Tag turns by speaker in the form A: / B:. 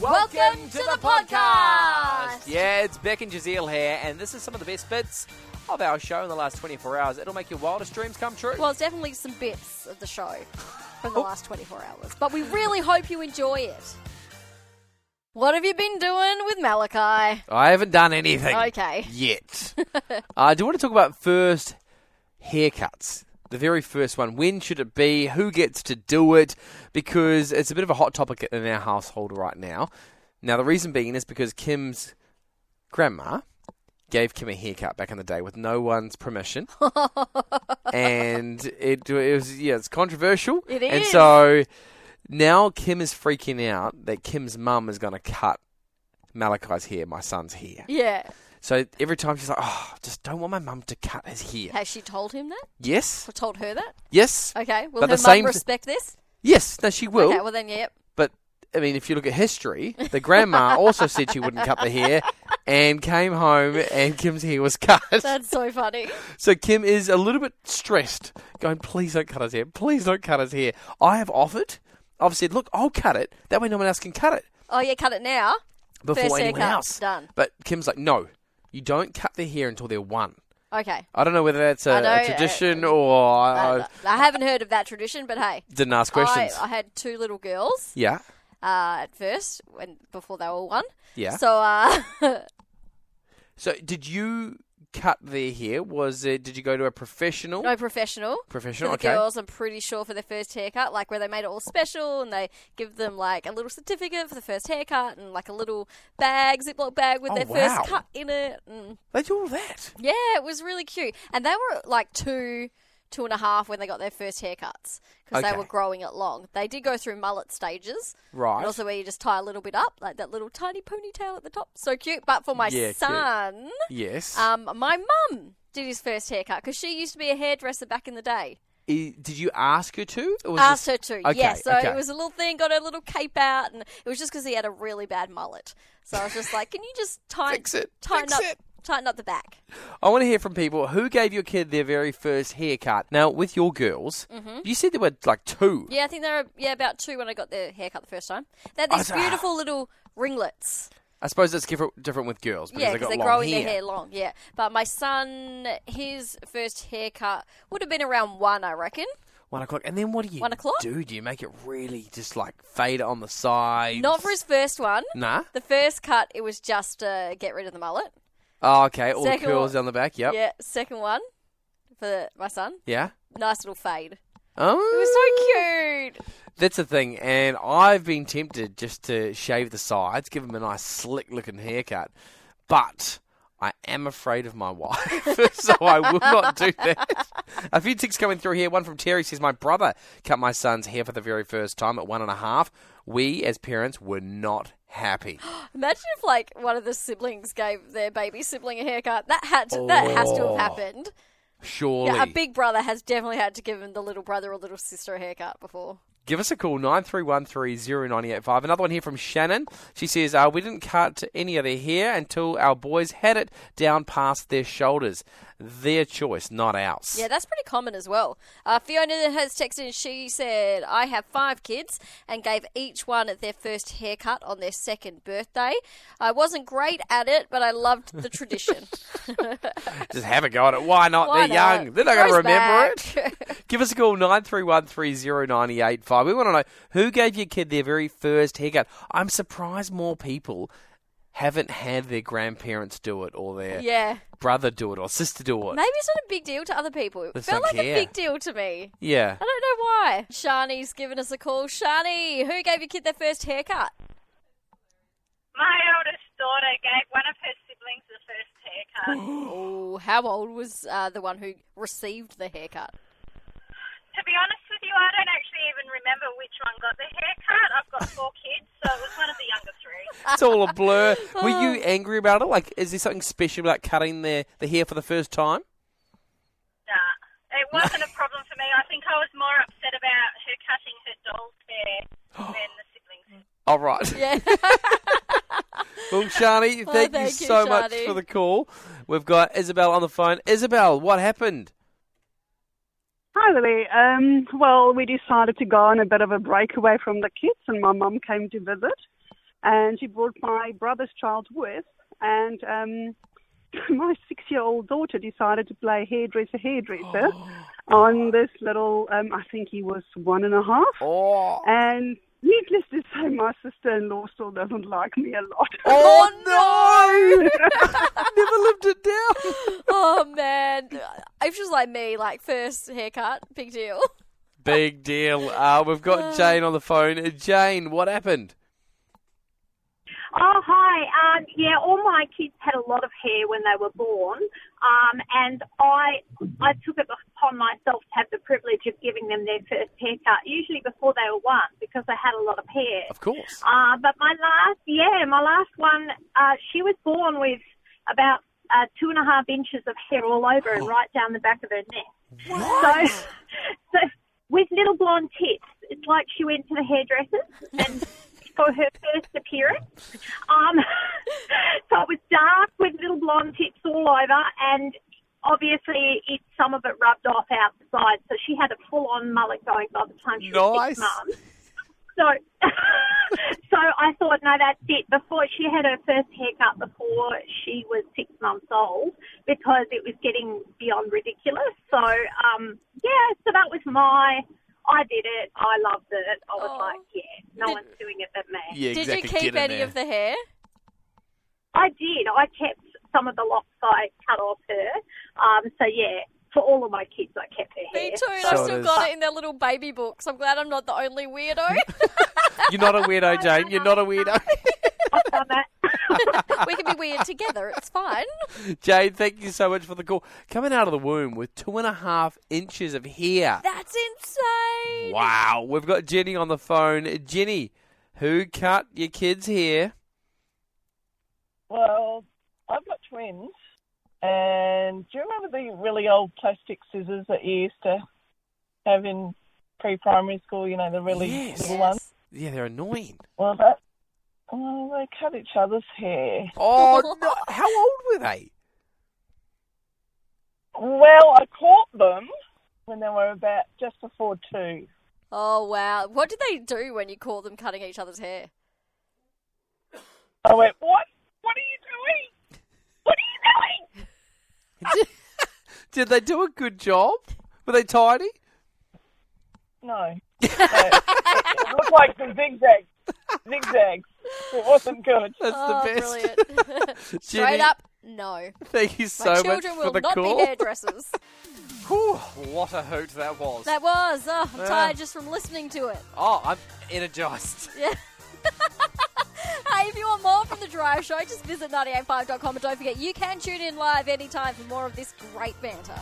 A: Welcome to the podcast.
B: Yeah, it's Beck and Jazeel here, and this is some of the best bits of our show in the last 24 hours. It'll make your wildest dreams come true.
A: Well, it's definitely some bits of the show from the
B: Oh.
A: last 24 hours, but we really hope you enjoy it. What have you been doing with Malachi?
B: I haven't done anything
A: Okay.
B: yet. I do want to talk about first haircuts. The very first one. When should it be? Who gets to do it? Because it's a bit of a hot topic in our household right now. Now, the reason being is because Kim's grandma gave Kim a haircut back in the day with no one's permission, and it, it was yeah, it's controversial.
A: It
B: and
A: is.
B: so now Kim is freaking out that Kim's mum is going to cut Malachi's hair, my son's hair.
A: Yeah.
B: So every time she's like, "Oh, I just don't want my mum to cut his hair."
A: Has she told him that?
B: Yes,
A: Or told her that?
B: yes,
A: Okay. Will
B: But
A: her
B: the
A: mum
B: same-
A: respect this?
B: yes. No, she will.
A: okay, well then, yep.
B: But I mean, if you look at history, the grandma also said she wouldn't cut the hair, and came home and Kim's hair was cut.
A: That's so funny.
B: So Kim is a little bit stressed, going, please don't cut his hair. Please don't cut his hair. I have offered. I've said, look, I'll cut it. That way no one else can cut it
A: Oh, yeah, cut it now.
B: before
A: First
B: anyone
A: haircut,
B: else.
A: done.
B: But Kim's like, no, you don't cut their hair until they're one.
A: Okay.
B: I don't know whether that's a,
A: I know,
B: a tradition
A: uh,
B: or
A: I,
B: I, I
A: I haven't heard of that tradition, but hey.
B: didn't ask
A: I,
B: questions.
A: I had two little girls
B: yeah,
A: uh, at first, when before they were one.
B: yeah. So,
A: So, uh,
B: did you cut their hair? Was it? Did you go to a professional?
A: no professional. For
B: professional.
A: the
B: Okay.
A: girls, I'm pretty sure for their first haircut, like where they made it all special and they give them like a little certificate for the first haircut and like a little bag, Ziploc bag with
B: Oh,
A: their
B: wow.
A: first cut in it. And
B: They do all that.
A: yeah, it was really cute. And they were like two, two and a half when they got their first haircuts because
B: Okay.
A: they were growing it long. They did go through mullet stages.
B: Right.
A: And also where you just tie a little bit up, like that little tiny ponytail at the top. So cute. But for my
B: Yeah, cute.
A: son,
B: yes.
A: um, my mum did his first haircut because she used to be a hairdresser back in the day.
B: I- did you ask her to? Or was
A: Asked
B: this-
A: her to,
B: Okay,
A: yeah. Ah, So
B: okay.
A: it was a little thing, got her little cape out, and it was just because he had a really bad mullet. So I was just like, can you just tighten,
B: Fix it,
A: tighten
B: fix
A: up,
B: it."
A: tighten up the back?
B: I want to hear from people who gave your kid their very first haircut. Now, with your girls, you said there were like two.
A: Mm-hmm. Yeah, I think they were yeah about two when I got their haircut the first time. They had
B: I
A: these
B: was-
A: beautiful little ringlets.
B: I suppose that's different, different with girls because
A: Yeah,
B: they got
A: because they're
B: long
A: growing
B: hair.
A: their hair long. Yeah, but my son, his first haircut would have been around one, I reckon.
B: One o'clock, and then what do you
A: One o'clock?
B: do? Do you make it really just like fade it on the side?
A: Not for his first one.
B: Nah.
A: The first cut, it was just uh, get rid of the mullet.
B: Oh, okay. All
A: Second
B: the curls
A: one.
B: down the back. Yep. Yeah.
A: Yeah, second one for my son, nice little fade.
B: Oh,
A: It was so cute.
B: that's the thing. And I've been tempted just to shave the sides, give them a nice slick looking haircut, but. I am afraid of my wife, so I will not do that. A few ticks coming through here. One from Terry says, My brother cut my son's hair for the very first time at one and a half. We, as parents, were not happy.
A: Imagine if like one of the siblings gave their baby sibling a haircut. That had to, that has to
B: Oh.
A: have happened.
B: Surely.
A: Yeah, a big brother has definitely had to give him the little brother or little sister a haircut before.
B: Give us a call, 93130985. Another one here from Shannon. She says, uh, We didn't cut any of their hair until our boys had it down past their shoulders. Their choice, not ours.
A: Yeah, that's pretty common as well. Uh, Fiona has texted and she said, I have five kids and gave each one their first haircut on their second birthday. I wasn't great at it, but I loved the tradition.
B: Just have a go at it. Why not?
A: Why
B: They're
A: not?
B: young. They're not going to
A: Grows
B: remember
A: back.
B: it. Give us a call, 93130985. We want to know who gave your kid their very first haircut. I'm surprised more people haven't had their grandparents do it or their
A: yeah.
B: brother do it or sister do it.
A: Maybe it's not a big deal to other people. It
B: Let's
A: felt
B: not
A: like
B: care.
A: a big deal to me.
B: Yeah.
A: I don't know why. Shani's given us a call. Shani, who gave your kid their first haircut?
C: My oldest daughter gave one of her siblings the first haircut.
A: Oh, how old was uh, the one who received the haircut?
C: to be honest with you, I don't actually even remember which one got the haircut. I've got four kids, so it was one of the younger three.
B: It's all a blur. Were you angry about it? Like, is there something special about cutting the, the hair for the first time?
C: Nah, it wasn't a problem for me. I think I was more upset about her cutting her doll's hair than the siblings.
B: All right.
A: Yeah.
B: Well, Shani, thank, you
A: thank you,
B: so much
A: Shani.
B: for the call. We've got Isabel on the phone. Isabel, what happened?
D: Hi, Lily. Um, well, we decided to go on a bit of a breakaway from the kids, and my mum came to visit. and she brought my brother's child with, and um, my six-year-old daughter decided to play hairdresser hairdresser on this little. Um, I think he was one and a half,
B: Oh,
D: and needless to say, my sister-in-law still doesn't like me a lot.
B: oh no! Never lived it down.
A: Oh man, if she was like me, like first haircut, big deal.
B: Big deal. Uh, we've got Jane on the phone. Uh, Jane, what happened?
C: Oh, hi. Um, yeah, all my kids had a lot of hair when they were born, um, and I I took it upon myself to have the privilege of giving them their first haircut, usually before they were one, because they had a lot of hair.
B: Of course.
C: Uh, but my last, yeah, my last one, uh, she was born with about uh, two and a half inches of hair all over and right down the back of her neck. So, so with little blonde tips, it's like she went to the hairdresser's and for her first appearance. Um, so it was dark with little blonde tips all over and. Obviously, it, some of it rubbed off out the side, so she had a full-on mullet going by the time she was six
B: Nice.
C: months. So, so I thought, no, that's it. Before she had her first haircut, before she was six months old, because it was getting beyond ridiculous. So, um, yeah, so that was my. I did it. I loved it. I was
A: Oh.
C: like, yeah, no
A: Did-
C: one's doing it but me.
B: Yeah,
A: Did
B: exactly.
A: you
B: Get
A: keep
B: in
A: any
B: there.
A: of the hair?
C: I did. I kept some of the locks I cut off her. Um, so yeah, for all of my kids, I kept their hair.
A: Me too. and
B: So
A: I've
B: it
A: still
B: is.
A: got it in their little baby books. I'm glad I'm not the only weirdo.
B: You're not a weirdo, Jane. You're not a weirdo.
C: I've done that.
A: we can be weird together. It's fine.
B: Jane, thank you so much for the call. Coming out of the womb with two and a half inches of hair.
A: That's insane.
B: Wow. We've got Jenny on the phone. Jenny, who cut your kids' hair?
E: Well, I've got twins, and do you remember the really old plastic scissors that you used to have in pre-primary school? You know, the really
B: Yes.
E: little ones.
B: Yeah, they're annoying.
E: Well, that well, they cut each other's hair.
B: Oh, no. How old were they?
E: Well, I caught them when they were about just before two.
A: Oh wow. What did they do when you caught them cutting each other's hair?
E: I went, "What? What are you doing? What are you doing?"
B: Did they do a good job? Were they tidy?
E: No. No. it it looked like the zigzag, zigzags. It wasn't good.
B: That's
A: oh,
B: the best.
A: brilliant. Straight
B: Jenny,
A: up, no.
B: Thank you so
A: My
B: much
A: children
B: for
A: will
B: the
A: not
B: call.
A: be hairdressers.
B: Whew, what a hoot that was.
A: that was. Oh, I'm
B: Yeah.
A: tired just from listening to it.
B: Oh, I'm energized.
A: Yeah. hey, if you want more from The Drive Show, just visit 985.com and don't forget you can tune in live anytime for more of this great banter.